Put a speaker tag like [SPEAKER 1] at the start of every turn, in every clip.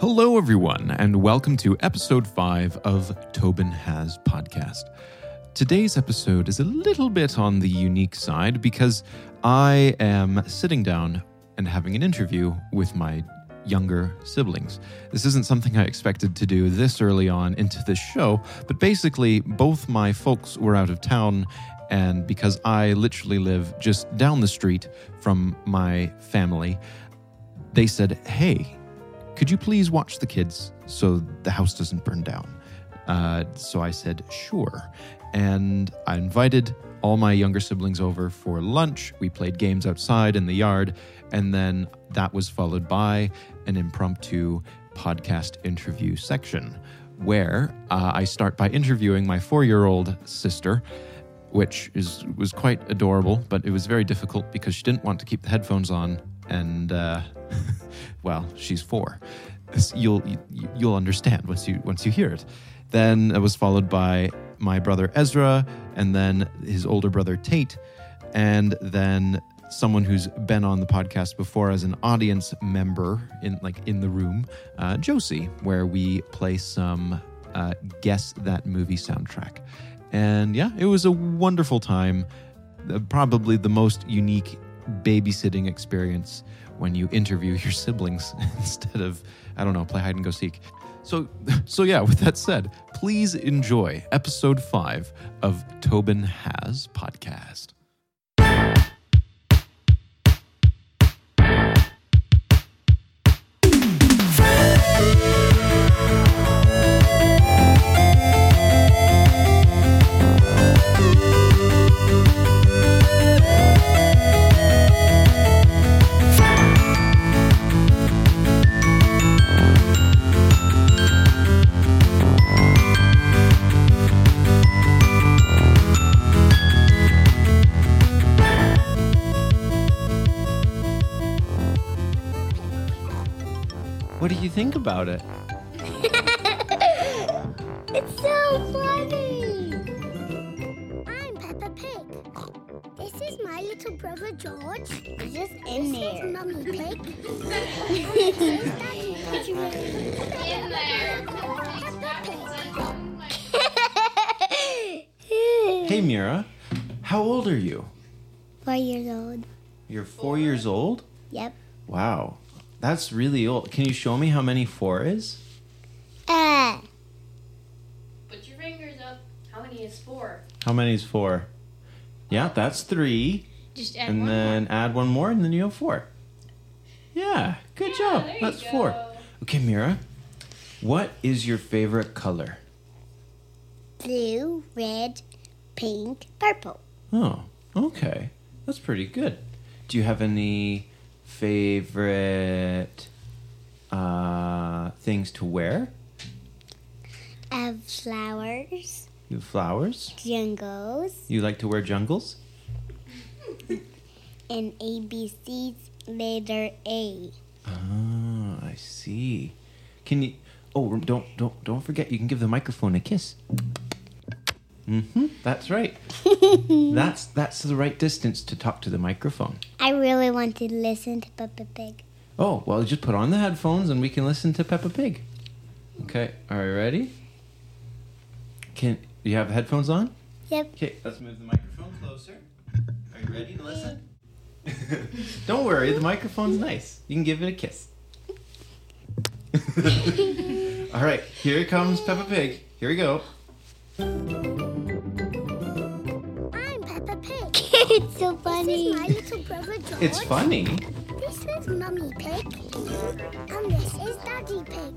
[SPEAKER 1] Hello, everyone, and welcome to episode five of Tobin Has Podcast. Today's episode is a little bit on the unique side because I am sitting down and having an interview with my younger siblings. This isn't something I expected to do this early on into this show, but basically, both my folks were out of town, and because I literally live just down the street from my family, they said, Hey, could you please watch the kids so the house doesn't burn down? Uh, so I said, sure. And I invited all my younger siblings over for lunch. We played games outside in the yard. And then that was followed by an impromptu podcast interview section where uh, I start by interviewing my four year old sister which is was quite adorable, but it was very difficult because she didn't want to keep the headphones on, and uh, well, she's four. It's- You'll you- you'll understand once you once you hear it. Then it was followed by my brother Ezra, and then his older brother Tate, and then someone who's been on the podcast before as an audience member in like in the room, uh, Josie, where we play some uh, guess that movie soundtrack. And yeah, it was a wonderful time. Uh, Probably the most unique babysitting experience when you interview your siblings instead of, I don't know, play hide and go seek. So, so yeah, with that said, please enjoy episode five of Tobin Has Podcast. What do you think about it?
[SPEAKER 2] It's so funny! I'm Peppa Pig. This is my little brother George. Just in this there. Is Mummy Pig. this is Daddy Pig. In there. Peppa Pig.
[SPEAKER 1] Hey, Mira, how old are you?
[SPEAKER 2] Four years old.
[SPEAKER 1] You're four years old?
[SPEAKER 2] Yep.
[SPEAKER 1] Wow, that's really old. Can you show me how many four is?
[SPEAKER 2] Uh,
[SPEAKER 3] Put your fingers up. How many is four?
[SPEAKER 1] How many is four? Yeah, that's three.
[SPEAKER 3] Just add
[SPEAKER 1] and then add one more, and then you have four. Yeah, good job.
[SPEAKER 3] there you
[SPEAKER 1] That's four.
[SPEAKER 3] go.
[SPEAKER 1] Okay, Mira, what is your favorite color?
[SPEAKER 2] blue, red, pink, purple.
[SPEAKER 1] Oh, okay. That's pretty good. Do you have any favorite uh, things to wear?
[SPEAKER 2] Of flowers,
[SPEAKER 1] You have flowers?
[SPEAKER 2] jungles,
[SPEAKER 1] You like to wear jungles?
[SPEAKER 2] and ABC's letter A.
[SPEAKER 1] Ah, I see. Can you? Oh, don't don't don't forget. You can give the microphone a kiss. Mm-hmm. That's right. that's that's the right distance to talk to the microphone.
[SPEAKER 2] I really want to listen to Peppa Pig.
[SPEAKER 1] Oh well, just put on the headphones and we can listen to Peppa Pig. Okay. Are you ready? Can you have headphones on?
[SPEAKER 2] Yep.
[SPEAKER 1] Okay. Let's move the microphone closer. Are you ready to listen? don't worry. The microphone's nice. You can give it a kiss. All right, here comes Peppa Pig. Here we go.
[SPEAKER 2] I'm Peppa Pig. it's so funny. This is my little brother George.
[SPEAKER 1] It's funny.
[SPEAKER 2] This is Mummy Pig. And this is Daddy Pig.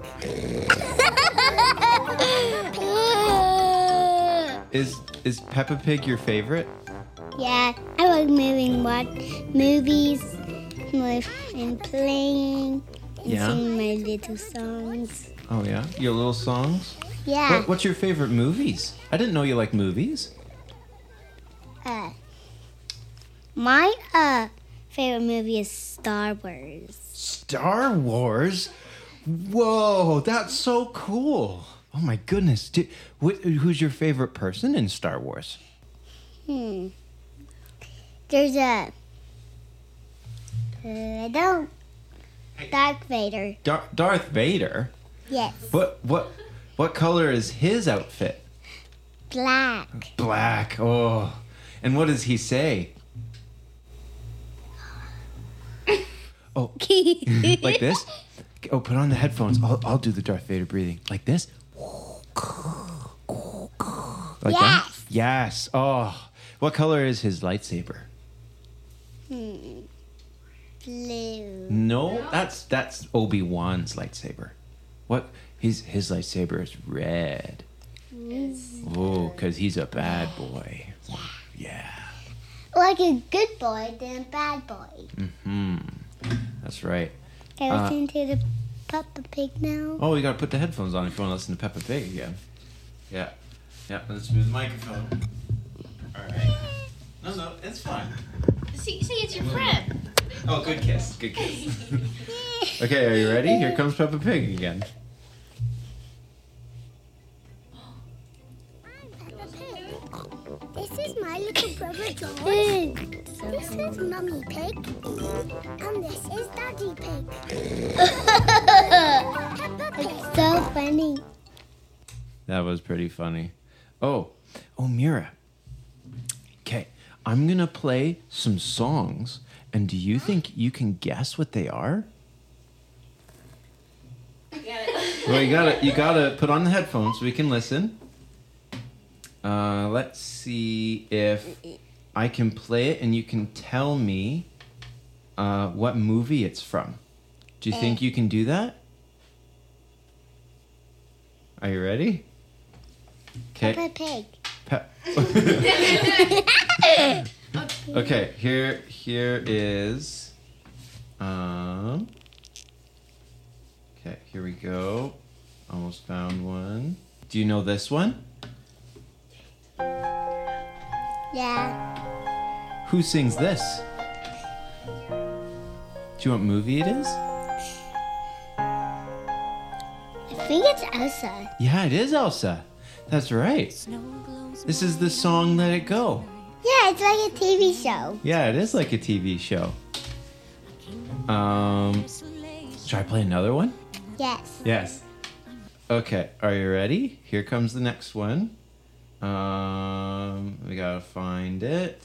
[SPEAKER 1] Is is Peppa Pig your favorite?
[SPEAKER 2] yeah, I like moving, watch movies, like, and playing, and
[SPEAKER 1] Yeah.
[SPEAKER 2] singing my little songs.
[SPEAKER 1] Oh yeah, your little songs.
[SPEAKER 2] Yeah.
[SPEAKER 1] What, what's your favorite movies? I didn't know you like movies.
[SPEAKER 2] Uh, my uh favorite movie is Star Wars.
[SPEAKER 1] Star Wars. Whoa, that's so cool. Oh my goodness. Do, what, who's your favorite person in Star Wars?
[SPEAKER 2] Hmm. There's a. I don't.
[SPEAKER 1] Hey,
[SPEAKER 2] Darth uh, Vader.
[SPEAKER 1] Dar- Darth Vader.
[SPEAKER 2] Yes.
[SPEAKER 1] What what what color is his outfit?
[SPEAKER 2] Black.
[SPEAKER 1] Black. Oh. And what does he say? Oh,
[SPEAKER 2] Hmm.
[SPEAKER 1] like this? Oh, put on the headphones. I'll, I'll do the Darth Vader breathing. Like this? Like that? Yes. Oh. What color is his lightsaber?
[SPEAKER 2] Blue.
[SPEAKER 1] No, that's that's Obi-Wan's lightsaber. What his his lightsaber is red. Oh, cuz he's a bad boy. Yeah.
[SPEAKER 2] Like a good boy than a bad boy.
[SPEAKER 1] Hmm. That's right.
[SPEAKER 2] Can
[SPEAKER 1] Uh,
[SPEAKER 2] I listen to the Peppa Pig now?
[SPEAKER 1] Oh, you got to put the headphones on if you want to listen to Peppa Pig again. Yeah. Yeah, let's move the microphone. All right. No, no, it's fine.
[SPEAKER 3] See, see, it's your friend.
[SPEAKER 1] Oh, good kiss. Good kiss. okay, are you ready? Here comes Peppa Pig again.
[SPEAKER 2] I'm Peppa Pig. This is my little brother George. This is Mummy Pig. And this is Daddy Pig. Peppa Pig. It's so funny.
[SPEAKER 1] That was pretty funny. Oh, oh, Mira. Okay, I'm gonna play some songs, and do you think you can guess what they are?
[SPEAKER 3] You got it.
[SPEAKER 1] Well, you gotta you gotta put on the headphones so we can listen. Uh, let's see if I can play it, and you can tell me uh, what movie it's from. Do you think you can do that? Are you ready? Okay.
[SPEAKER 2] Peppa Pig.
[SPEAKER 1] Pe- okay, here here is um Okay, here we go. Almost found one. Do you know this one?
[SPEAKER 2] Yeah.
[SPEAKER 1] Who sings this? Do you want movie it is?
[SPEAKER 2] I think it's Elsa.
[SPEAKER 1] Yeah, it is Elsa. That's right. This is the song Let It Go.
[SPEAKER 2] Yeah, it's like a TV show.
[SPEAKER 1] Yeah, it is like a TV show. Um should I play another one?
[SPEAKER 2] Yes.
[SPEAKER 1] Yes. Okay, are you ready? Here comes the next one. Um, we gotta find it.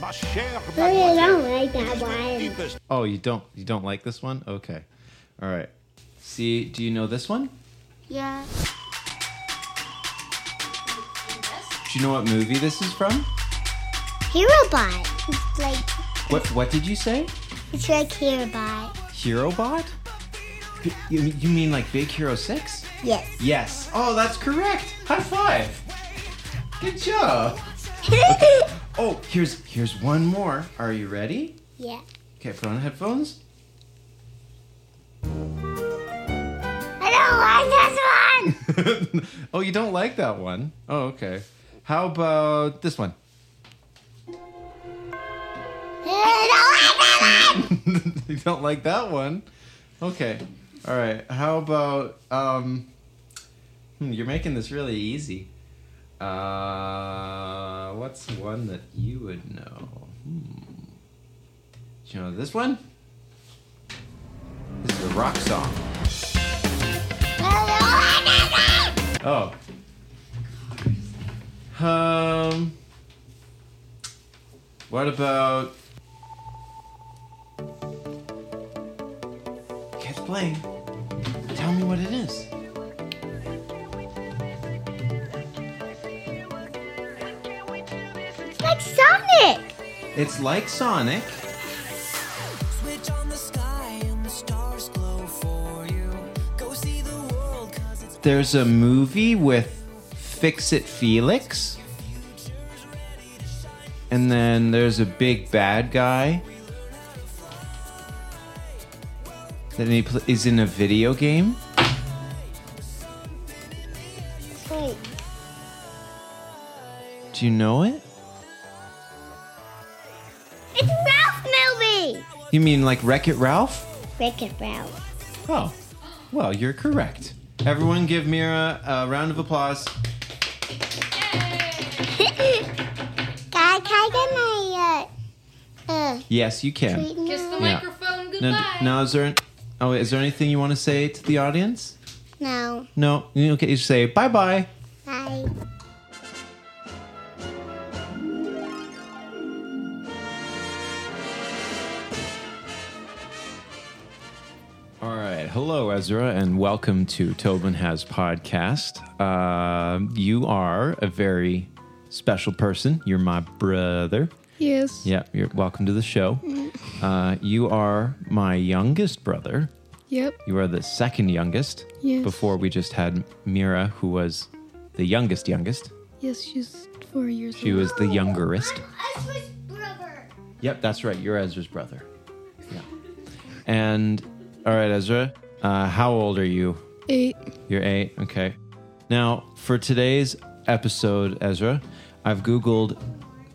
[SPEAKER 4] Ma chère
[SPEAKER 2] But Oh, I
[SPEAKER 4] mademoiselle,
[SPEAKER 2] don't like that one.
[SPEAKER 4] Liebes
[SPEAKER 1] Oh, you don't you don't like this one? Okay. All right. See, do you know this one?
[SPEAKER 2] Yeah.
[SPEAKER 1] Do you know what movie this is from?
[SPEAKER 2] Herobot. It's like
[SPEAKER 1] What what did you say?
[SPEAKER 2] it's like Herobot.
[SPEAKER 1] Hero Bot? You, you mean like Big Hero 6?
[SPEAKER 2] Yes.
[SPEAKER 1] Yes. Oh, that's correct. High five. Good job. Oh, here's here's one more. Are you ready?
[SPEAKER 2] yeah.
[SPEAKER 1] Okay, put on the headphones.
[SPEAKER 2] I don't like this one.
[SPEAKER 1] oh, you don't like that one? Oh, okay. How about this one?
[SPEAKER 2] I don't like that one.
[SPEAKER 1] you don't like that one? Okay. All right. How about um hmm, you're making this really easy. Uh what's one that you would know? Hmm. Do you know this one? This is a rock song.
[SPEAKER 2] I don't like that
[SPEAKER 1] Oh. Um. What about? Kids playing. Tell me what it is.
[SPEAKER 2] one. It's like Sonic.
[SPEAKER 1] It's like Sonic.
[SPEAKER 5] Switch on the sky and the stars glow for you. Go see the world 'cause it's
[SPEAKER 1] There's a movie with Fix It Felix. And then there's a big bad guy. Then he pl- is in a video game.
[SPEAKER 2] Wait,
[SPEAKER 1] Do you know it?
[SPEAKER 2] it's Ralph movie.
[SPEAKER 1] You mean like Wreck It Ralph?
[SPEAKER 2] Rick and Ralph.
[SPEAKER 1] Oh, well, you're correct. Everyone give Mira a round of applause.
[SPEAKER 2] Guy, can I get my uh, uh, can.
[SPEAKER 1] Yes, you can.
[SPEAKER 2] Treat me
[SPEAKER 3] Kiss the
[SPEAKER 1] Yeah.
[SPEAKER 3] microphone
[SPEAKER 1] Now,
[SPEAKER 3] goodbye.
[SPEAKER 1] now is there? An, oh, is there anything you want to say to the audience?
[SPEAKER 2] now.
[SPEAKER 1] No. Okay, you say bye bye.
[SPEAKER 2] Bye.
[SPEAKER 1] All right. Hello, Ezra, and welcome to Tobin Has Podcast. Uh, you are a very special person. You're my brother.
[SPEAKER 2] Yes.
[SPEAKER 1] Yeah, you're welcome to the show. Uh, you are my youngest brother.
[SPEAKER 6] Yep.
[SPEAKER 1] You are the second youngest.
[SPEAKER 6] Yes.
[SPEAKER 1] Before we just had Mira, who was the youngest, youngest.
[SPEAKER 6] Yes, she's four years
[SPEAKER 1] She
[SPEAKER 6] old.
[SPEAKER 1] was the youngerest.
[SPEAKER 2] Ezra's brother.
[SPEAKER 1] Yep, that's right. You're Ezra's brother. Yeah. And all right, Ezra, uh, how old are you?
[SPEAKER 6] eight.
[SPEAKER 1] You're eight. Okay. Now, for today's episode, Ezra, I've Googled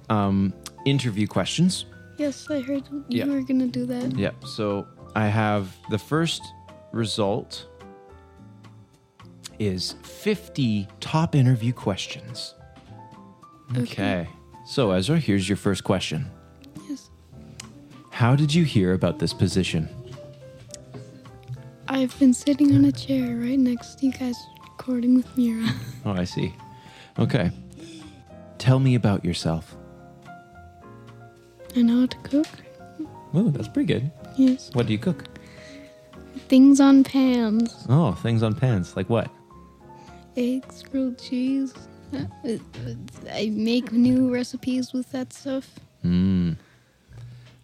[SPEAKER 1] um, interview questions.
[SPEAKER 6] Yes, I heard you
[SPEAKER 1] Yeah.
[SPEAKER 6] were gonna do that.
[SPEAKER 1] Yeah. So I have the first result is 50 top interview questions. Okay. So, Ezra, here's your first question
[SPEAKER 6] Yes.
[SPEAKER 1] How did you hear about this position?
[SPEAKER 6] I've been sitting on a chair right next to you guys recording with Mira.
[SPEAKER 1] Oh, I see. Okay. Tell me about yourself.
[SPEAKER 6] I know how to cook.
[SPEAKER 1] Well, that's pretty good.
[SPEAKER 6] Yes.
[SPEAKER 1] What do you cook?
[SPEAKER 6] Things on pans.
[SPEAKER 1] Oh, things on pans. Like what?
[SPEAKER 6] Eggs, grilled cheese. Uh, uh, I make new recipes with that stuff.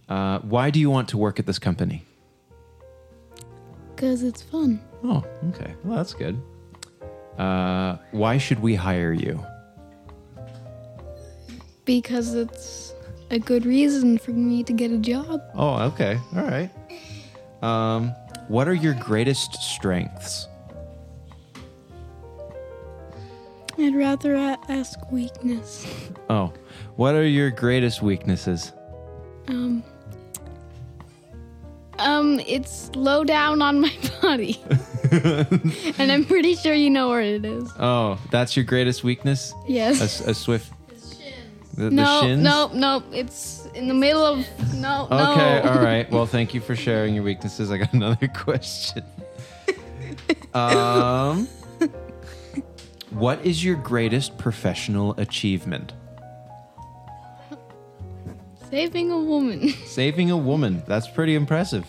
[SPEAKER 1] Uh, why do you want to work at this company?
[SPEAKER 6] Cause it's fun.
[SPEAKER 1] Oh, okay. Well, that's good. Uh, why should we hire you?
[SPEAKER 6] Because it's a good reason for me to get a job.
[SPEAKER 1] Oh, okay. All right. Um, what are your greatest strengths?
[SPEAKER 6] I'd rather a- ask weakness.
[SPEAKER 1] Oh, what are your greatest weaknesses?
[SPEAKER 6] Um, um, it's low down on my body, and I'm pretty sure you know where it is.
[SPEAKER 1] Oh, that's your greatest weakness? A,
[SPEAKER 6] Yes.
[SPEAKER 1] s- a swift.
[SPEAKER 3] His shins.
[SPEAKER 1] The, the
[SPEAKER 6] no,
[SPEAKER 1] shins?
[SPEAKER 6] no, no. It's in the middle of no, no.
[SPEAKER 1] Okay, uh, all right. Well, thank you for sharing your weaknesses. I got another question. um, what is your greatest professional achievement?
[SPEAKER 6] Saving a woman.
[SPEAKER 1] Saving a woman. That's pretty impressive.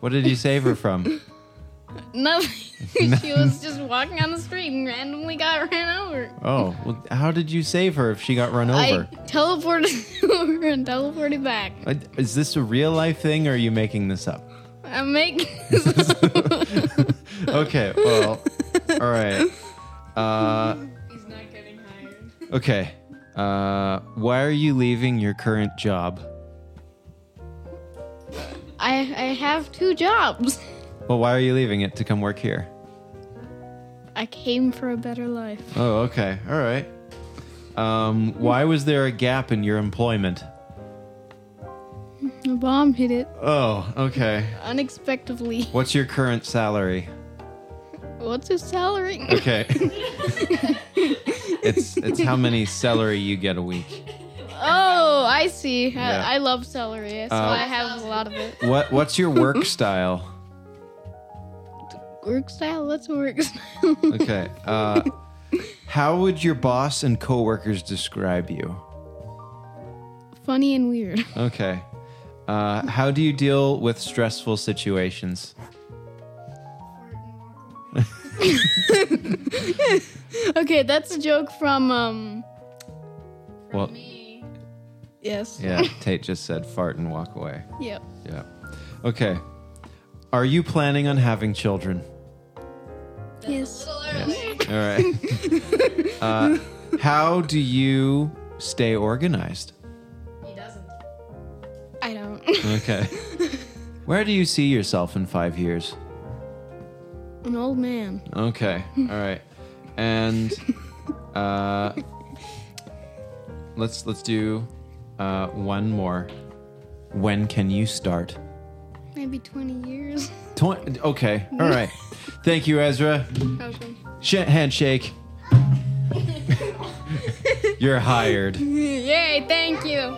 [SPEAKER 1] What did you save her from?
[SPEAKER 6] Nothing. she was just walking on the street and randomly got ran over.
[SPEAKER 1] Oh, well, how did you save her if she got run over?
[SPEAKER 6] I teleported over and teleported back.
[SPEAKER 1] Uh, Is this a real life thing or are you making this up?
[SPEAKER 6] I'm making this
[SPEAKER 1] Okay, well, all right. Uh,
[SPEAKER 3] He's not getting hired.
[SPEAKER 1] okay. Uh, why are you leaving your current job?
[SPEAKER 6] I I have two jobs.
[SPEAKER 1] Well, why are you leaving it to come work here?
[SPEAKER 6] I came for a better life.
[SPEAKER 1] Oh, okay. All right. Um, why was there a gap in your employment?
[SPEAKER 6] A bomb hit it
[SPEAKER 1] Oh, okay.
[SPEAKER 6] unexpectedly.
[SPEAKER 1] What's your current salary?
[SPEAKER 6] What's his salary?
[SPEAKER 1] Okay. it's it's how many celery you get a week.
[SPEAKER 6] Oh, I see. I,
[SPEAKER 1] Yeah.
[SPEAKER 6] I love celery, so
[SPEAKER 1] Uh,
[SPEAKER 6] I have a lot of it.
[SPEAKER 1] What what's your work style?
[SPEAKER 6] Work style? What's a work style?
[SPEAKER 1] Okay. Uh, how would your boss and coworkers describe you?
[SPEAKER 6] Funny and weird.
[SPEAKER 1] Okay. Uh, how do you deal with stressful situations?
[SPEAKER 6] Okay, that's a joke from um.
[SPEAKER 1] Well,
[SPEAKER 3] Me.
[SPEAKER 6] Yes.
[SPEAKER 1] yeah, Tate just said fart and walk away.
[SPEAKER 6] Yep.
[SPEAKER 1] Yeah. Okay. Are you planning on having children?
[SPEAKER 6] Yes.
[SPEAKER 3] A little early.
[SPEAKER 1] All right. uh, how do you stay organized?
[SPEAKER 3] He doesn't.
[SPEAKER 6] I don't.
[SPEAKER 1] Okay. Where do you see yourself in five years?
[SPEAKER 6] An old man.
[SPEAKER 1] Okay. All right. And uh, let's let's do uh, one more. When can you start?
[SPEAKER 6] Maybe 20 years.
[SPEAKER 1] Twen- okay. All right. Thank you, Ezra.
[SPEAKER 6] Okay.
[SPEAKER 1] Sh- handshake. You're hired.
[SPEAKER 6] Yay! Thank you.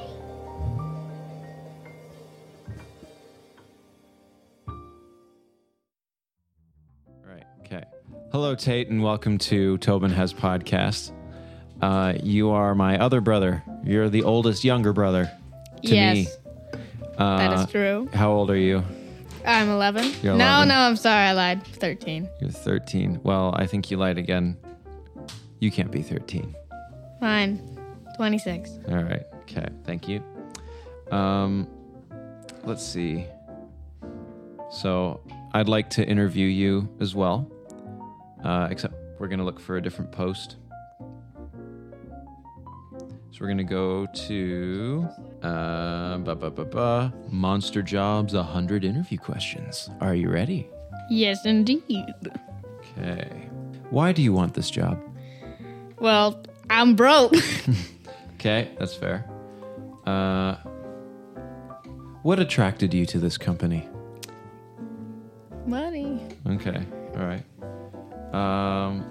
[SPEAKER 1] Hello, Tate, and welcome to Tobin Has Podcast. Uh, you are my other brother. You're the oldest younger brother to me.
[SPEAKER 6] yes,
[SPEAKER 1] Uh,
[SPEAKER 6] that is true.
[SPEAKER 1] How old are you?
[SPEAKER 6] I'm 11.
[SPEAKER 1] You're
[SPEAKER 6] no,
[SPEAKER 1] 11.
[SPEAKER 6] no, I'm sorry, I lied. 13.
[SPEAKER 1] You're 13. Well, I think you lied again. You can't be 13.
[SPEAKER 6] Fine. 26.
[SPEAKER 1] All right. Okay. Thank you. Um, let's see. So I'd like to interview you as well, uh, except we're going to look for a different post. So we're going to go to uh, ba, ba, ba, ba, Monster Jobs 100 interview questions. Are you ready?
[SPEAKER 6] Yes, indeed.
[SPEAKER 1] Okay. Why do you want this job?
[SPEAKER 6] Well, I'm broke.
[SPEAKER 1] Okay, that's fair. Uh, what attracted you to this company?
[SPEAKER 6] Money.
[SPEAKER 1] Okay, all right. Um,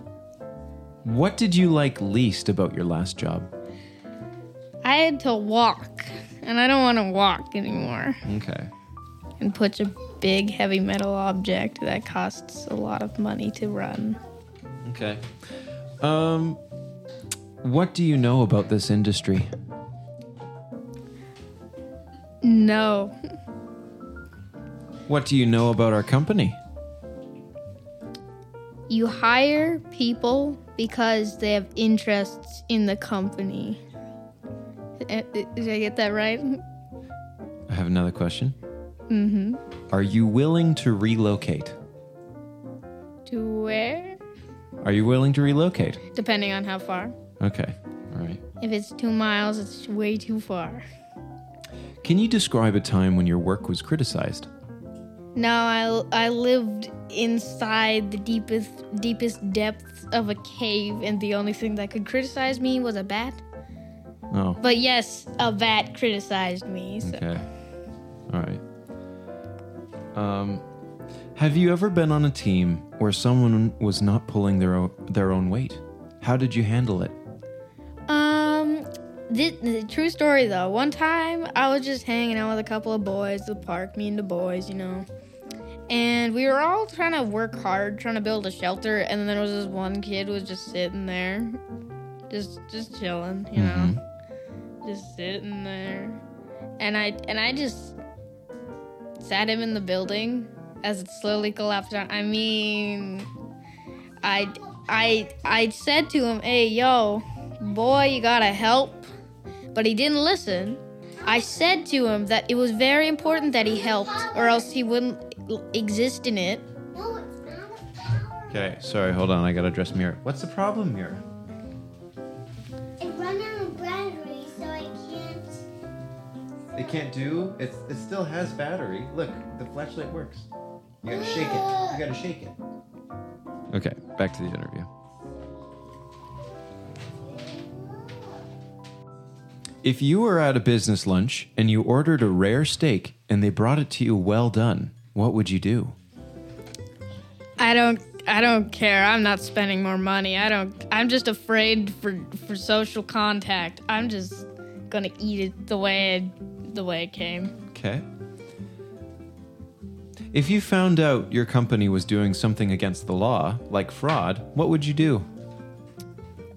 [SPEAKER 1] what did you like least about your last job?
[SPEAKER 6] I had to walk, and I don't want to walk anymore
[SPEAKER 1] Okay,
[SPEAKER 6] and push a big heavy metal object that costs a lot of money to run.
[SPEAKER 1] okay. Um, what do you know about this industry?
[SPEAKER 6] No.
[SPEAKER 1] What do you know about our company?
[SPEAKER 6] You hire people because they have interests in the company. Eh, eh, Did I get that right?
[SPEAKER 1] I have another question. Mm-hmm. Are you willing to relocate?
[SPEAKER 6] To where?
[SPEAKER 1] Are you willing to relocate?
[SPEAKER 6] Depending on how far.
[SPEAKER 1] Okay, all right.
[SPEAKER 6] If it's two miles, it's way too far.
[SPEAKER 1] Can you describe a time when your work was criticized?
[SPEAKER 6] No, I, I lived inside the deepest deepest depths of a cave, and the only thing that could criticize me was a bat.
[SPEAKER 1] Oh,
[SPEAKER 6] But yes, a bat criticized me. So.
[SPEAKER 1] okay. All right. Um, have you ever been on a team where someone was not pulling their own, their own weight? How did you handle it?
[SPEAKER 6] Um, thi- the true story though. One time, I was just hanging out with a couple of boys at the park, me and the boys, you know. And we were all trying to work hard, trying to build a shelter, and then there was this one kid who was just sitting there, just just chilling, you know, just sitting there. And I and I just sat him in the building as it slowly collapsed. on- I mean, I I I said to him, "Hey, yo, boy, you gotta help," but he didn't listen. I said to him that it was very important that he helped, or else he wouldn't l- exist in it.
[SPEAKER 2] No, it's not a power.
[SPEAKER 1] Okay, sorry, hold on. I gotta address Mira. What's the problem, Mira?
[SPEAKER 2] I run out of battery, so I can't.
[SPEAKER 1] It can't do. It's, it still has battery. Look, the flashlight works. You gotta shake it. You gotta shake it. Okay, back to the interview. If you were at a business lunch and you ordered a rare steak and they brought it to you well done, what would you do?
[SPEAKER 6] I don't. I don't care. I'm not spending more money. I don't. I'm just afraid for for social contact. I'm just gonna eat it the way it, the way it came.
[SPEAKER 1] Okay. If you found out your company was doing something against the law, like fraud, what would you do?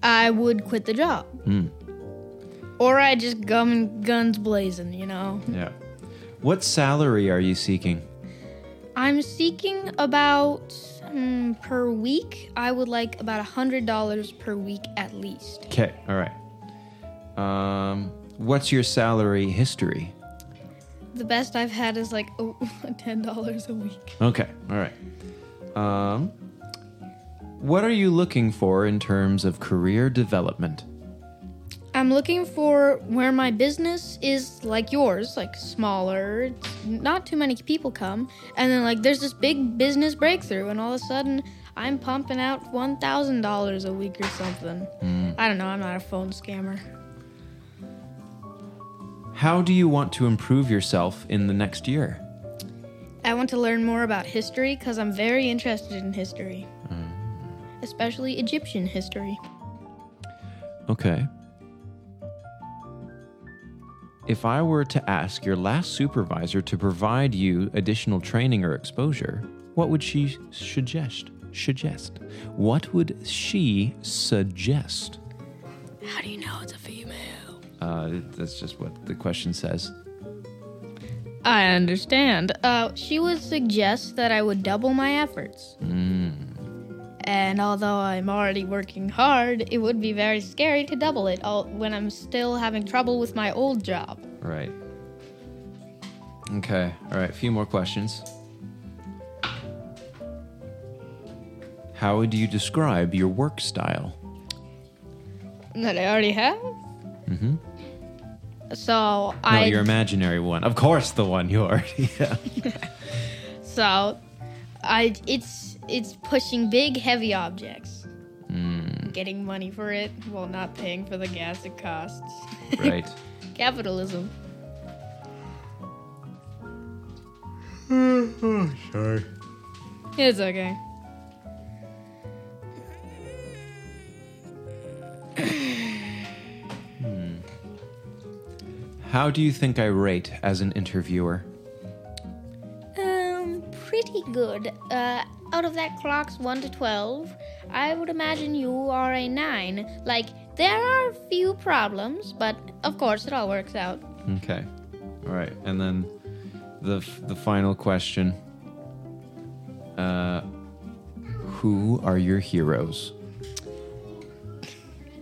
[SPEAKER 6] I would quit the job. Or I just gum guns blazing. You know.
[SPEAKER 1] Yeah. What salary are you seeking?
[SPEAKER 6] I'm seeking about hmm, per week. I would like about a hundred dollars per week at least.
[SPEAKER 1] Okay, all right. Um, what's your salary history?
[SPEAKER 6] The best I've had is like oh, ten dollars a week.
[SPEAKER 1] Okay, all right. Um, what are you looking for in terms of career development?
[SPEAKER 6] I'm looking for where my business is like yours, like smaller. it's Not too many people come, and then like there's this big business breakthrough, and all of a sudden I'm pumping out one thousand dollars a week or something. I don't know. I'm not a phone scammer.
[SPEAKER 1] How do you want to improve yourself in the next year?
[SPEAKER 6] I want to learn more about history because I'm very interested in history, especially Egyptian history.
[SPEAKER 1] Okay. If I were to ask your last supervisor to provide you additional training or exposure, what would she suggest?
[SPEAKER 7] suggest? What would she suggest?
[SPEAKER 6] How do you know it's a female?
[SPEAKER 7] Uh, that's just what the question says.
[SPEAKER 6] I understand. Uh, she would suggest that I would double my efforts. And although I'm already working hard, it would be very scary to double it all when I'm still having trouble with my old job.
[SPEAKER 7] Right. Okay. All right. A few more questions. How would you describe your work style?
[SPEAKER 6] That I already have? Mm-hmm. So
[SPEAKER 7] No,
[SPEAKER 6] I
[SPEAKER 7] your imaginary one. Of course, the one you already have.
[SPEAKER 6] so I it's it's pushing big heavy objects. Getting money for it while not paying for the gas it costs.
[SPEAKER 7] Right.
[SPEAKER 6] Capitalism. sorry. It's okay.
[SPEAKER 7] How do you think I rate as an interviewer?
[SPEAKER 6] Um, pretty good. Uh, out of that clock's 1 to 12, I would imagine you are a 9. Like, there are few problems, but of course it all works out.
[SPEAKER 7] Okay. All right. And then the f- the final question. Uh, who are your heroes?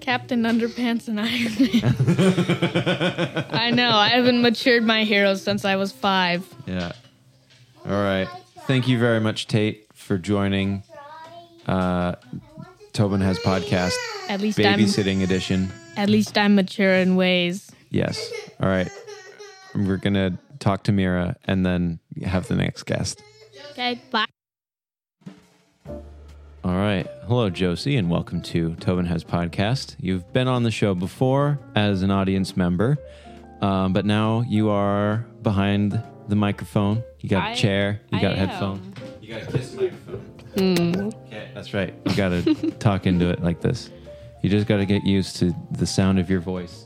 [SPEAKER 6] Captain Underpants and Iron Man. I know, I haven't matured my heroes since I was 5.
[SPEAKER 7] Yeah. All right. Thank you very much, Tate, for joining. Uh, Tobin has podcast
[SPEAKER 6] At least
[SPEAKER 7] babysitting edition.
[SPEAKER 6] I'm at least I'm mature in ways.
[SPEAKER 7] Yes. All right. We're gonna talk to Mira and then have the next guest.
[SPEAKER 6] Okay, bye.
[SPEAKER 7] All right. Hello, Josie, and welcome to Tobin Has Podcast. You've been on the show before as an audience member, um, but now you are behind the microphone. You got a
[SPEAKER 6] I-
[SPEAKER 7] chair, you
[SPEAKER 6] I
[SPEAKER 7] got a
[SPEAKER 6] am. Hmm.
[SPEAKER 7] headphone. You got a kiss microphone. Okay, that's right. You got to talk into it like this. You just got to get used to the sound of your voice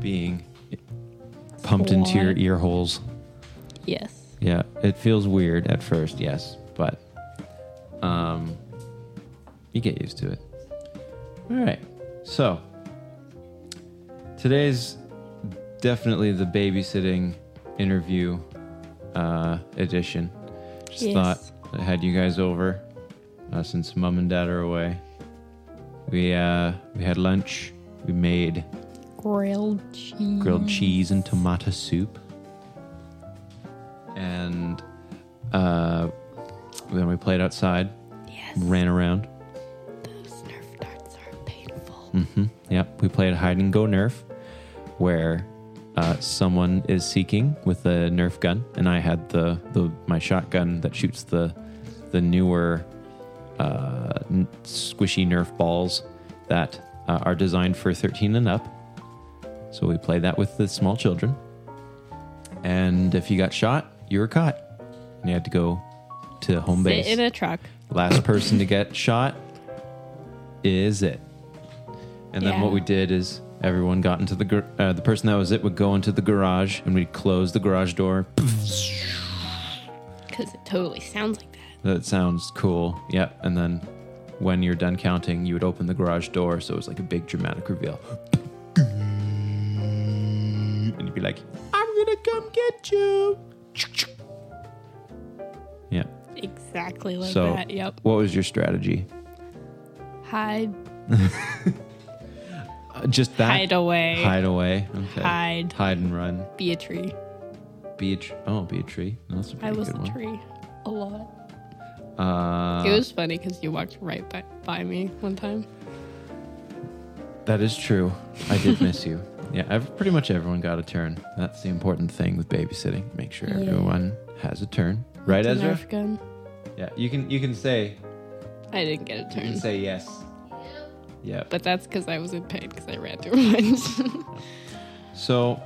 [SPEAKER 7] being pumped into your ear holes.
[SPEAKER 6] Yes.
[SPEAKER 7] Yeah, it feels weird at first, yes, but um, you get used to it. All right, so today's definitely the babysitting interview uh, edition. Just
[SPEAKER 6] Yes.
[SPEAKER 7] thought I had you guys over uh, since mom and dad are away. We uh, we had lunch. We made
[SPEAKER 6] Grilled cheese.
[SPEAKER 7] grilled cheese and tomato soup. And uh, then we played outside,
[SPEAKER 6] Yes.
[SPEAKER 7] ran around.
[SPEAKER 6] Nerf darts are painful.
[SPEAKER 7] Mm-hmm. Yep, we played hide and go Nerf, where uh, someone is seeking with a Nerf gun, and I had the, the my shotgun that shoots the the newer uh, n- squishy Nerf balls that uh, are designed for 13 and up. So we played that with the small children, and if you got shot, you were caught, and you had to go to home base.
[SPEAKER 6] a truck.
[SPEAKER 7] Last person to get shot is it. And then
[SPEAKER 6] Yeah.
[SPEAKER 7] what we did is everyone got into the gar- uh, the person that was it would go into the garage and we'd close the garage door.
[SPEAKER 6] Because it totally sounds like that.
[SPEAKER 7] That sounds cool. Yep. And then when you're done counting, you would open the garage door, so it was like a big dramatic reveal. And you'd be like, "I'm gonna come get you." Yeah.
[SPEAKER 6] Exactly like
[SPEAKER 7] so,
[SPEAKER 6] that. Yep.
[SPEAKER 7] what was your strategy?
[SPEAKER 6] Hide,
[SPEAKER 7] Uh, just that.
[SPEAKER 6] hide away.
[SPEAKER 7] Hide away. Okay.
[SPEAKER 6] Hide.
[SPEAKER 7] Hide and run.
[SPEAKER 6] Be a tree.
[SPEAKER 7] Be a tr- oh, be a tree. No, that's a
[SPEAKER 8] I
[SPEAKER 7] pretty
[SPEAKER 8] was
[SPEAKER 7] good
[SPEAKER 8] a
[SPEAKER 7] one.
[SPEAKER 8] tree a lot.
[SPEAKER 7] Uh,
[SPEAKER 8] it was funny because you walked right by, by me one time.
[SPEAKER 7] that is true. I did miss you. Yeah, ev- pretty much everyone got a turn. That's the important thing with babysitting. Make sure everyone has a turn. Right,
[SPEAKER 8] It's a
[SPEAKER 7] Ezra?
[SPEAKER 8] Nerf gun.
[SPEAKER 7] Yeah, you can you can say
[SPEAKER 8] I didn't get a
[SPEAKER 7] you can
[SPEAKER 8] turn,
[SPEAKER 7] say yes. Yeah.
[SPEAKER 8] but that's because I was in pain because I ran too much.
[SPEAKER 7] So,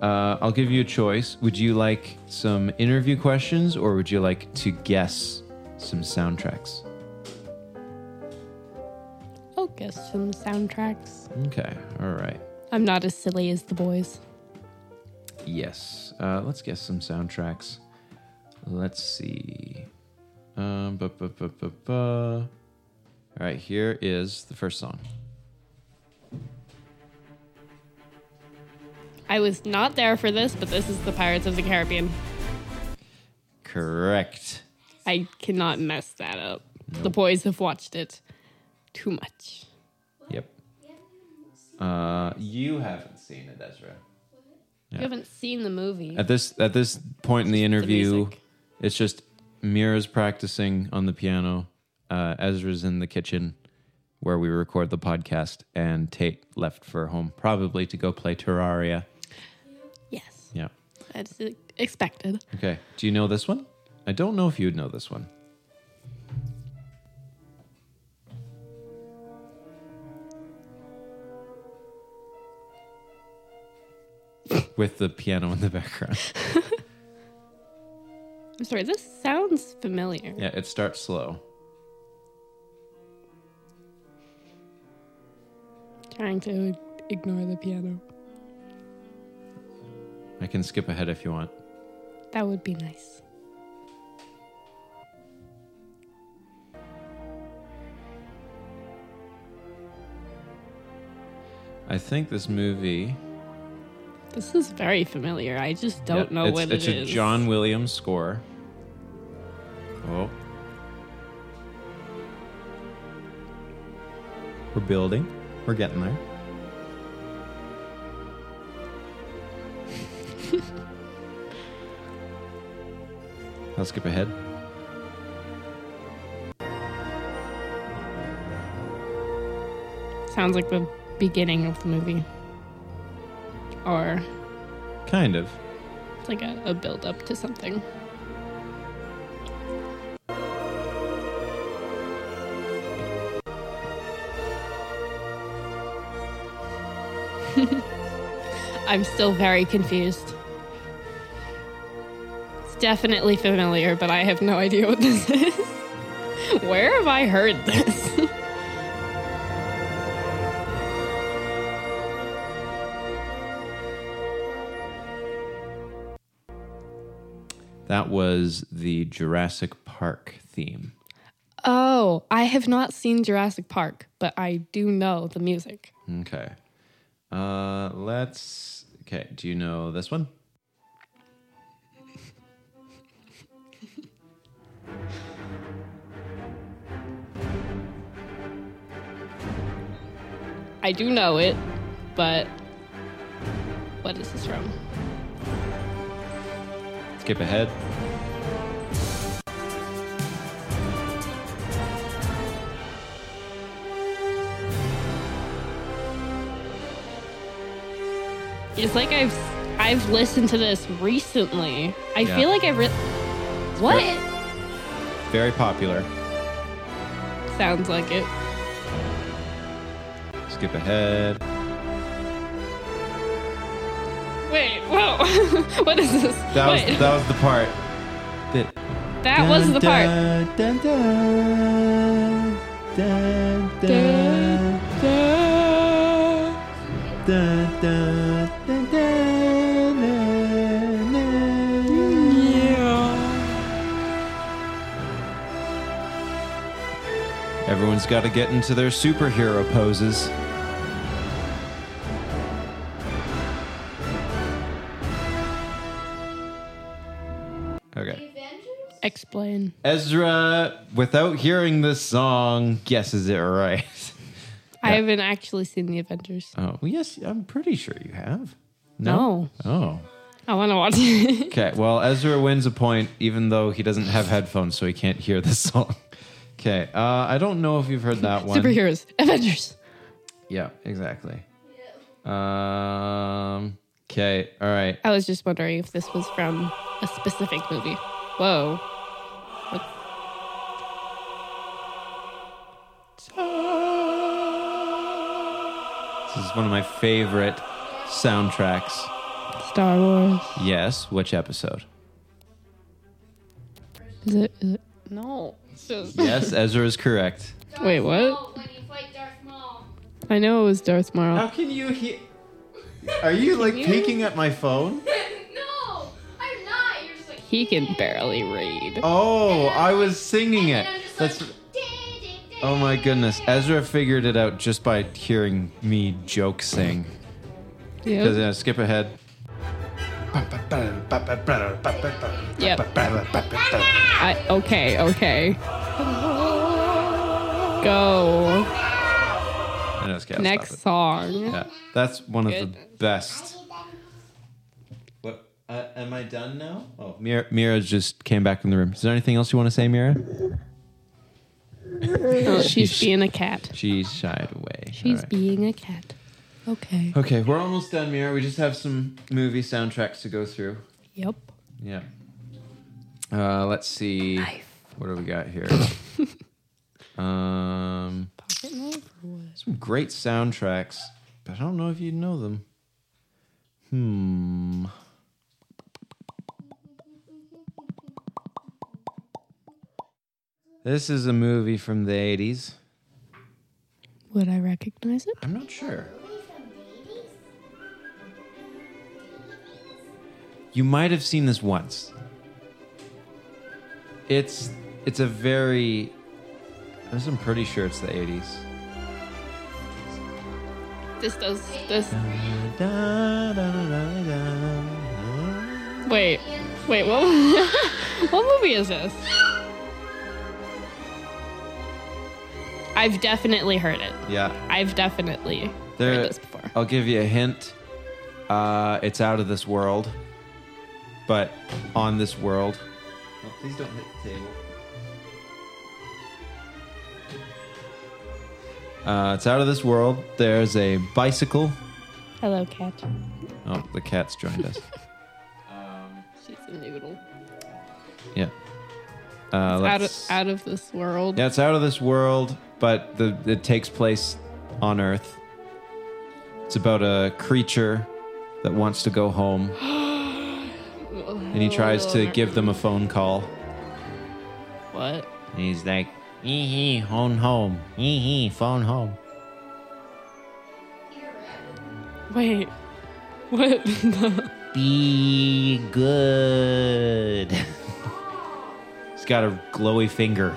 [SPEAKER 7] uh, I'll give you a choice. Would you like some interview questions, or would you like to guess some soundtracks?
[SPEAKER 8] I'll guess some soundtracks.
[SPEAKER 7] Okay. All right.
[SPEAKER 8] I'm not as silly as the boys.
[SPEAKER 7] Yes. Uh, let's guess some soundtracks. Let's see. Um, ba, ba, ba, ba, ba. All right, here is the first song.
[SPEAKER 9] I was not there for this, but this is the Pirates of the Caribbean.
[SPEAKER 7] Correct.
[SPEAKER 9] I cannot mess that up. The boys have watched it too much.
[SPEAKER 7] Yep. Uh, you haven't seen it, Ezra.
[SPEAKER 9] You haven't seen the movie.
[SPEAKER 7] At this at this point in the interview,
[SPEAKER 9] music.
[SPEAKER 7] it's just Mira's practicing on the piano. Uh, Ezra's in the kitchen where we record the podcast, and Tate left for home probably to go play Terraria.
[SPEAKER 9] Yes,
[SPEAKER 7] Yeah.
[SPEAKER 9] that's expected.
[SPEAKER 7] Okay. Do you know this one? I don't know if you'd know this one. With the piano in the background.
[SPEAKER 9] I'm sorry, this sounds familiar.
[SPEAKER 7] Yeah, it starts slow.
[SPEAKER 9] Trying to ignore the piano.
[SPEAKER 7] I can skip ahead if you want.
[SPEAKER 9] That would be nice.
[SPEAKER 7] I think this movie.
[SPEAKER 9] This is very familiar. I just don't
[SPEAKER 7] Yep,
[SPEAKER 9] know
[SPEAKER 7] it's,
[SPEAKER 9] what
[SPEAKER 7] it's
[SPEAKER 9] it
[SPEAKER 7] a
[SPEAKER 9] is.
[SPEAKER 7] John Williams score. Oh. We're building. We're getting there. I'll skip ahead.
[SPEAKER 9] Sounds like the beginning of the movie. Or
[SPEAKER 7] Kind of.
[SPEAKER 9] it's like a, a build up to something. I'm still very confused. It's definitely familiar, but I have no idea what this is. Where have I heard this?
[SPEAKER 7] That was the Jurassic Park theme.
[SPEAKER 9] Oh, I have not seen Jurassic Park, but I do know the music.
[SPEAKER 7] Okay. Uh, let's. Okay. Do you know this one?
[SPEAKER 9] I do know it, but what is this from?
[SPEAKER 7] Skip ahead.
[SPEAKER 9] It's like I've I've listened to this recently. I
[SPEAKER 7] Yeah.
[SPEAKER 9] feel like I've re- what
[SPEAKER 7] Very popular.
[SPEAKER 9] sounds like it.
[SPEAKER 7] Skip ahead.
[SPEAKER 9] Wait, whoa, what is this?
[SPEAKER 7] That was
[SPEAKER 9] Wait,
[SPEAKER 7] that was the part. That,
[SPEAKER 9] that was the part.
[SPEAKER 7] part. Dun, dun, dun, dun, dun, dun, dun, dun, dun, dun. Everyone's got to get into their superhero poses. Okay.
[SPEAKER 3] Avengers?
[SPEAKER 9] Explain.
[SPEAKER 7] Ezra, without hearing this song, guesses it right.
[SPEAKER 9] I haven't actually seen the Avengers.
[SPEAKER 7] Oh, well, yes, I'm pretty sure you have.
[SPEAKER 9] No,
[SPEAKER 7] Oh.
[SPEAKER 9] I want to watch it.
[SPEAKER 7] Okay, well, Ezra wins a point, even though he doesn't have headphones, so he can't hear this song. Okay, uh, I don't know if you've heard that one.
[SPEAKER 9] Superheroes, Avengers.
[SPEAKER 7] Yeah, exactly. Um, okay, all right.
[SPEAKER 9] I was just wondering if this was from a specific movie. Whoa.
[SPEAKER 7] This is one of my favorite soundtracks.
[SPEAKER 9] Star Wars.
[SPEAKER 7] Yes, which episode?
[SPEAKER 9] Is it? Is it? No. It's just-
[SPEAKER 7] Yes, Ezra is correct.
[SPEAKER 3] Darth
[SPEAKER 9] Wait, what?
[SPEAKER 3] Maul, when you fight Darth Maul.
[SPEAKER 9] I know it was Darth Maul.
[SPEAKER 7] How can you hear? Are you like peeking at my phone?
[SPEAKER 3] no! I'm not! You're just like,
[SPEAKER 9] He can barely read.
[SPEAKER 7] Oh, I was singing it.
[SPEAKER 3] And I'm just
[SPEAKER 7] That's.
[SPEAKER 3] like, "Ding, ding, ding."
[SPEAKER 7] Oh my goodness. Ezra figured it out just by hearing me joke sing. Does, uh, skip ahead.
[SPEAKER 9] Yep. I, okay, okay. Go.
[SPEAKER 7] No, no, skip, I'll
[SPEAKER 9] Next
[SPEAKER 7] stop it.
[SPEAKER 9] song.
[SPEAKER 7] Yeah, that's one of the
[SPEAKER 9] Good.
[SPEAKER 7] best. What? Uh, am I done now? Oh, Mira, Mira just came back from the room. Is there anything else you want to say, Mira?
[SPEAKER 9] She's being a cat.
[SPEAKER 7] She shied away.
[SPEAKER 9] She's
[SPEAKER 7] All right.
[SPEAKER 9] being a cat. Okay.
[SPEAKER 7] Okay, we're almost done, Mira. We just have some movie soundtracks to go through.
[SPEAKER 9] Yep.
[SPEAKER 7] Yeah. Uh, let's see. What do we got here? um, Some great soundtracks, but I don't know if you know them. Hmm. This is a movie from the 80s.
[SPEAKER 9] Would I recognize it?
[SPEAKER 7] I'm not sure. You might have seen this once. It's it's a very this I'm pretty sure it's the 80s.
[SPEAKER 9] This does this.
[SPEAKER 7] Mm. Da, da, da, da, da.
[SPEAKER 9] Wait, wait. What? what movie is this? I've definitely heard it.
[SPEAKER 7] Yeah.
[SPEAKER 9] I've definitely
[SPEAKER 7] There-
[SPEAKER 9] heard this before.
[SPEAKER 7] I'll give you a hint. Uh, it's out of this world, but on this world. Oh, please don't hit the table. Uh, it's out of this world. There's a bicycle.
[SPEAKER 9] Hello, cat.
[SPEAKER 7] Oh, the cat's joined us.
[SPEAKER 9] She's a noodle.
[SPEAKER 7] Yeah. Uh,
[SPEAKER 9] Out of,
[SPEAKER 7] let's-
[SPEAKER 9] out of this world.
[SPEAKER 7] yeah, it's out of this world, but the, it takes place on Earth. It's about a creature that wants to go home. and he tries to give them a phone call.
[SPEAKER 9] What?
[SPEAKER 7] And he's like, hee hee, phone home. Hee hee, phone home.
[SPEAKER 9] Wait. What? the-
[SPEAKER 7] Be good. he's got a glowy finger.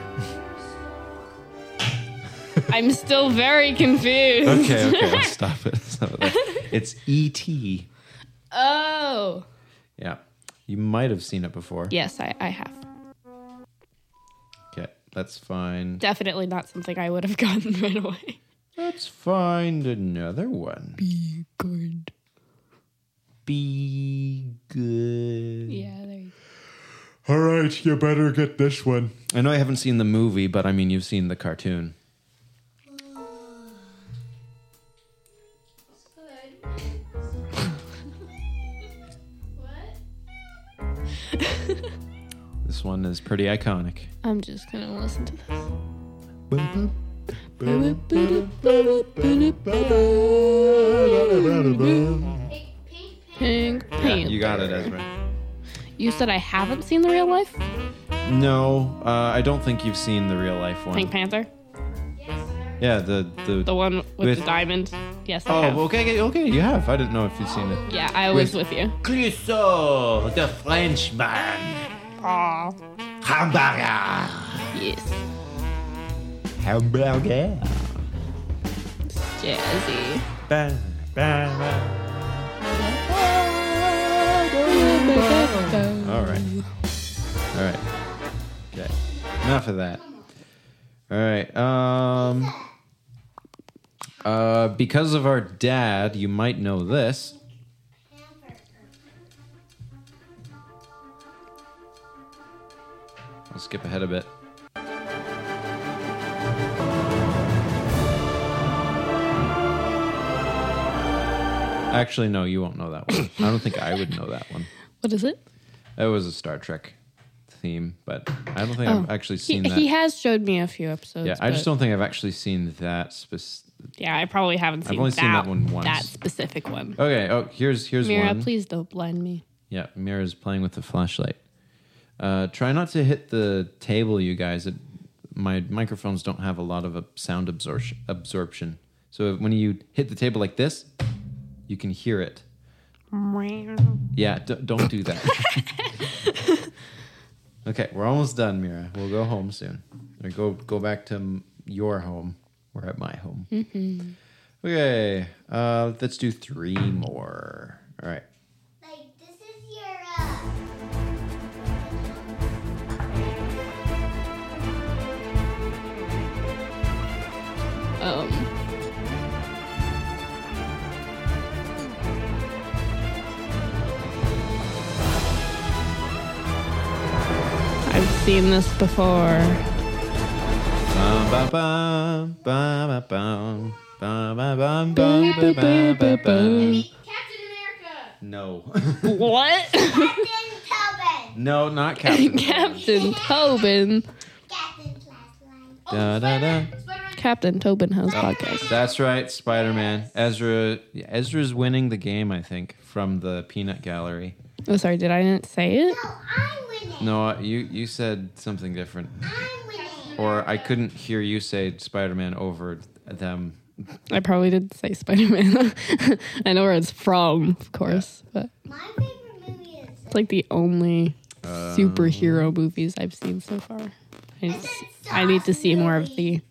[SPEAKER 9] I'm still very confused.
[SPEAKER 7] Okay, okay, let's stop it. Stop it. It's E.T.
[SPEAKER 9] Oh.
[SPEAKER 7] Yeah. You might have seen it before.
[SPEAKER 9] Yes, I, I have.
[SPEAKER 7] Okay, that's fine.
[SPEAKER 9] Definitely not something I would have gotten right away.
[SPEAKER 7] Let's find another one. Be good. Be good.
[SPEAKER 9] Yeah, there you
[SPEAKER 7] All right, you better get this one. I know I haven't seen the movie, but I mean, you've seen the cartoon.
[SPEAKER 3] What?
[SPEAKER 7] This one is pretty iconic.
[SPEAKER 9] go. I'm just gonna listen to this.
[SPEAKER 3] Pink, pink, pink.
[SPEAKER 9] Pink Panther.
[SPEAKER 7] You got it, Ezra.
[SPEAKER 9] You said I haven't seen the real life
[SPEAKER 7] No, uh, I don't think you've seen the real life one.
[SPEAKER 9] Pink Panther,
[SPEAKER 7] Yeah, the the.
[SPEAKER 9] the one with,
[SPEAKER 7] With-
[SPEAKER 9] the diamond. Yes, I have.
[SPEAKER 7] oh, okay, okay, you have. I didn't know if you've seen it.
[SPEAKER 9] Yeah, I was with you.
[SPEAKER 7] Clouseau, the Frenchman.
[SPEAKER 9] Aw.
[SPEAKER 7] Hamburger.
[SPEAKER 9] Yes.
[SPEAKER 7] Hamburger.
[SPEAKER 9] Jazzy.
[SPEAKER 7] Ba, ba, ba. All right. All right. Okay. Enough of that. All right. Um. Uh, because of our dad, you might know this. I'll skip ahead a bit. Actually, no, you won't know that one. I don't think I would know that one.
[SPEAKER 9] What is it?
[SPEAKER 7] It was a Star Trek theme, but I don't think I've actually
[SPEAKER 9] Oh, He,
[SPEAKER 7] seen that.
[SPEAKER 9] he has showed me a few episodes.
[SPEAKER 7] yeah, I just
[SPEAKER 9] but-
[SPEAKER 7] don't think I've actually seen that. Spec-
[SPEAKER 9] Yeah, I probably haven't seen.
[SPEAKER 7] only
[SPEAKER 9] that,
[SPEAKER 7] seen that one once.
[SPEAKER 9] That specific one.
[SPEAKER 7] okay. Oh, here's here's
[SPEAKER 9] Mira,
[SPEAKER 7] one.
[SPEAKER 9] please don't blind me.
[SPEAKER 7] Yeah, Mira's playing with the flashlight. Uh, try not to hit the table, you guys. It, my microphones don't have a lot of a sound absorption. Absorption. So when you hit the table like this, you can hear it. Yeah, d- don't do that. Okay, we're almost done, Mira. We'll go home soon. Or go go back to m- your home. We're at my home. Okay, uh, let's do three more. All right.
[SPEAKER 2] Like, this is your, uh...
[SPEAKER 9] Um. I've seen this before.
[SPEAKER 7] Bum, ba, bum, ba, ba, bum, ba, ba, bum, bum, ba, ba, ba, bum.
[SPEAKER 3] Captain America!
[SPEAKER 7] No,
[SPEAKER 9] What?
[SPEAKER 2] Captain Tobin!
[SPEAKER 7] no, not Captain.
[SPEAKER 9] Captain Tobin.
[SPEAKER 2] Captain Flashlight.
[SPEAKER 3] Oh,
[SPEAKER 7] Da, da, da.
[SPEAKER 3] Spider-Man! Spider-Man!
[SPEAKER 9] Captain Tobin has podcast.
[SPEAKER 7] That's right, Spider Man. Ezra, yeah, Ezra's winning the game, I think, from the peanut gallery.
[SPEAKER 9] Oh, sorry. Did I not say it?
[SPEAKER 2] No, oh, I'm winning.
[SPEAKER 7] No, I- you you said something different,
[SPEAKER 2] I'm winning.
[SPEAKER 7] or I couldn't hear you say Spider Man over them.
[SPEAKER 9] I probably did say Spider Man. I know where it's from, of course, but
[SPEAKER 2] My favorite movie is...
[SPEAKER 9] it's like the only superhero movies I've seen so far. I, just- I need to see more of the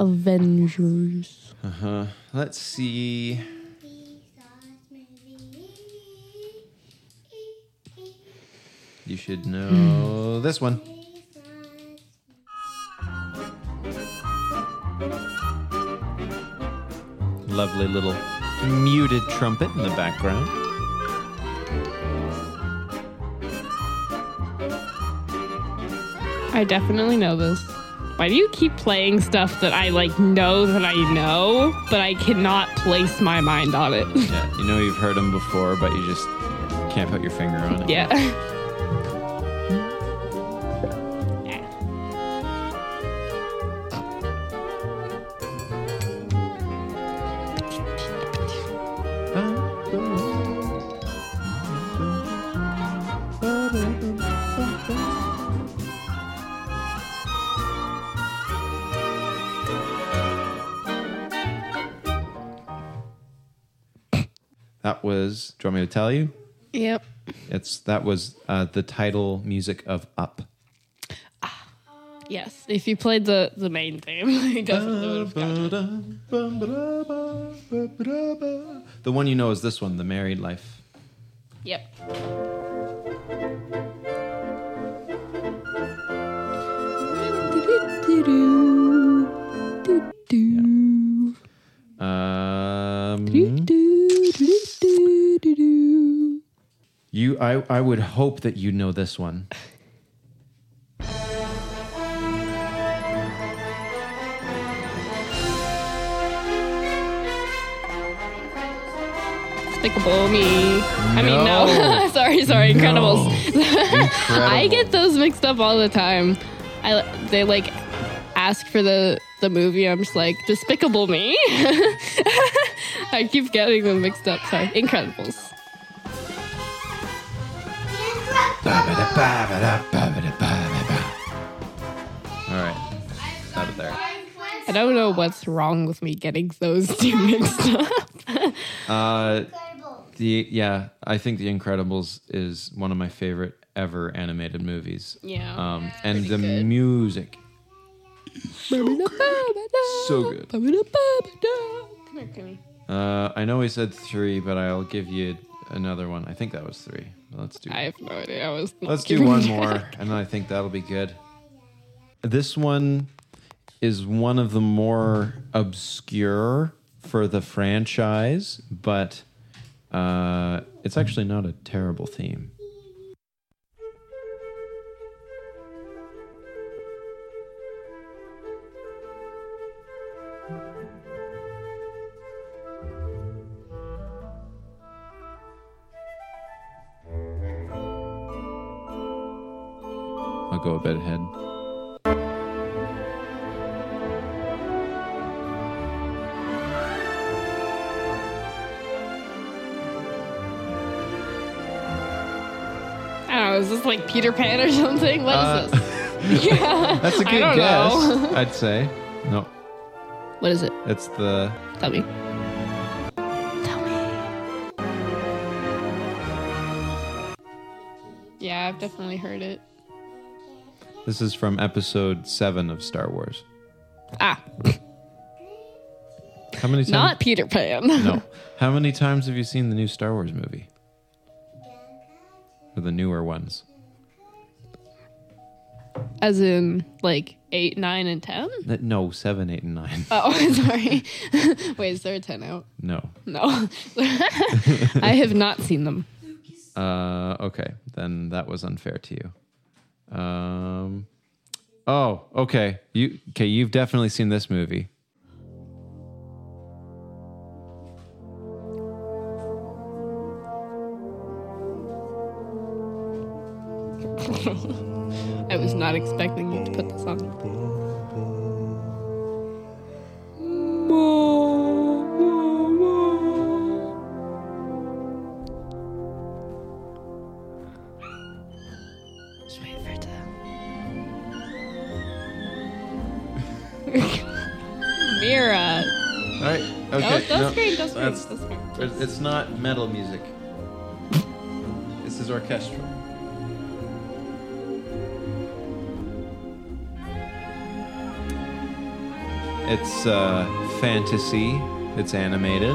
[SPEAKER 9] Avengers.
[SPEAKER 7] Uh, let's see.
[SPEAKER 2] E,
[SPEAKER 7] You should know this one. Lovely little muted trumpet in the background.
[SPEAKER 9] I definitely know this. Why do you keep playing stuff that I like know that I know, but I cannot place my mind on it?
[SPEAKER 7] Yeah, you know you've heard them before, but you just can't put your finger on it.
[SPEAKER 9] yeah.
[SPEAKER 7] That was. Do you want me to tell you?
[SPEAKER 9] Yep.
[SPEAKER 7] It's that was uh, the title music of Up.
[SPEAKER 9] Yes. If you played the the main theme, I definitely would have
[SPEAKER 7] Uh-huh.
[SPEAKER 9] gotten it.
[SPEAKER 7] The one you know is this one, The Married Life.
[SPEAKER 9] Yep.
[SPEAKER 7] Um, you, I, I would hope that you know this one.
[SPEAKER 9] Despicable me. I mean,
[SPEAKER 7] No.
[SPEAKER 9] no. sorry, sorry. Incredibles. I
[SPEAKER 7] Incredible.
[SPEAKER 9] get those mixed up all the time. I they like ask for the the movie. I'm just like Despicable Me. I keep getting them mixed up. Sorry, Incredibles.
[SPEAKER 7] All right, stop it there.
[SPEAKER 9] I don't know what's wrong with me getting those two mixed up.
[SPEAKER 7] Uh, the yeah, I think The Incredibles is one of my favorite ever animated movies.
[SPEAKER 9] yeah.
[SPEAKER 7] Um, and the music, so good.
[SPEAKER 9] Come here, Kimmy.
[SPEAKER 7] Uh, I know we said three, but I'll give you another one. I think that was three. Let's do.
[SPEAKER 9] I have no idea. I was not
[SPEAKER 7] Let's do
[SPEAKER 9] giving
[SPEAKER 7] one
[SPEAKER 9] it.
[SPEAKER 7] more, and I think that'll be good. This one is one of the more obscure for the franchise, but uh, it's actually not a terrible theme. I'll go a bit ahead.
[SPEAKER 9] I don't know. Is this like Peter Pan or something? What is
[SPEAKER 7] Uh,
[SPEAKER 9] this? yeah.
[SPEAKER 7] That's a
[SPEAKER 9] I
[SPEAKER 7] good
[SPEAKER 9] don't
[SPEAKER 7] guess,
[SPEAKER 9] know.
[SPEAKER 7] I'd say. No,
[SPEAKER 9] What is it?
[SPEAKER 7] it's the
[SPEAKER 9] Tell me. Tell me. Yeah, I've definitely heard it.
[SPEAKER 7] This is from episode seven of Star Wars.
[SPEAKER 9] Ah,
[SPEAKER 7] How many times?
[SPEAKER 9] not Peter Pan.
[SPEAKER 7] no. How many times have you seen the new Star Wars movie? Or the newer ones?
[SPEAKER 9] As in, like, eight, nine, and ten?
[SPEAKER 7] N- No, seven, eight, and nine.
[SPEAKER 9] Oh, sorry. Wait, is there a 10 out?
[SPEAKER 7] No.
[SPEAKER 9] No. I have not seen them.
[SPEAKER 7] Uh, okay, then that was unfair to you. Um, oh, okay. You okay? You've definitely seen this movie.
[SPEAKER 9] I was not expecting you to put this on. Mira.
[SPEAKER 7] All right. Okay.
[SPEAKER 9] That was, that was great. That was great.
[SPEAKER 7] that's-
[SPEAKER 9] That was great.
[SPEAKER 7] It's not metal music. this is orchestral. It's uh, fantasy. It's animated.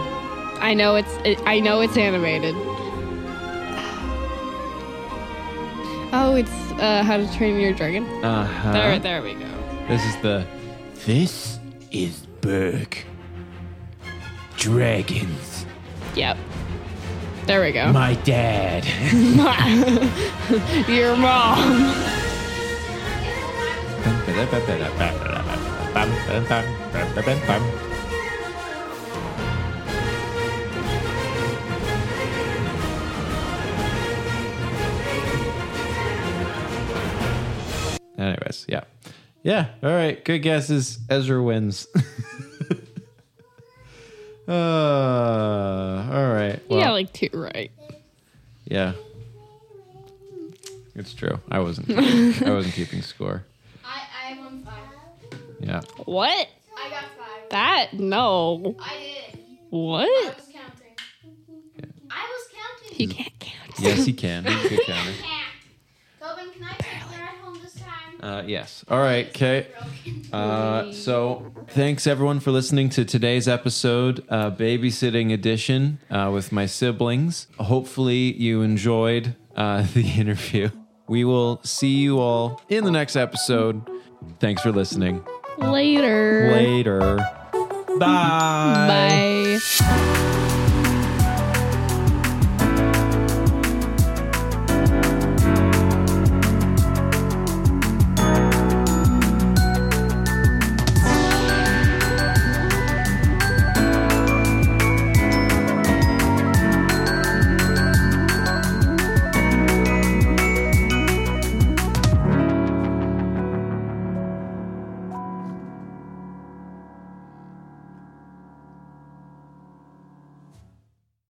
[SPEAKER 9] I know it's it, I know it's animated. Oh, it's uh, How to Train Your Dragon.
[SPEAKER 7] Uh-huh.
[SPEAKER 9] There, there we go.
[SPEAKER 7] This is the.
[SPEAKER 1] This is Burke. Dragons.
[SPEAKER 9] Yep. There we go.
[SPEAKER 1] My dad.
[SPEAKER 9] Your mom.
[SPEAKER 7] Anyways, yeah. Yeah, all right. Good guesses. Ezra wins. uh, all right.
[SPEAKER 9] you got
[SPEAKER 7] well,
[SPEAKER 9] like two right.
[SPEAKER 7] yeah. It's true. I wasn't I wasn't keeping score.
[SPEAKER 3] I, I won five.
[SPEAKER 7] Yeah.
[SPEAKER 9] What?
[SPEAKER 3] I got five.
[SPEAKER 9] That? No.
[SPEAKER 3] I did. it. I
[SPEAKER 9] What?
[SPEAKER 3] was counting. I was
[SPEAKER 9] He
[SPEAKER 3] counting.
[SPEAKER 9] can't count.
[SPEAKER 7] Yes, he can. He's a good counter.
[SPEAKER 3] Tobin, can I take her at home this time?
[SPEAKER 7] Uh, yes. All right, Kate.
[SPEAKER 3] Broken.
[SPEAKER 7] Uh, so thanks everyone for listening to today's episode uh, babysitting edition uh, with my siblings hopefully you enjoyed uh, the interview we will see you all in the next episode thanks for listening
[SPEAKER 9] Later.
[SPEAKER 7] later bye
[SPEAKER 9] Bye.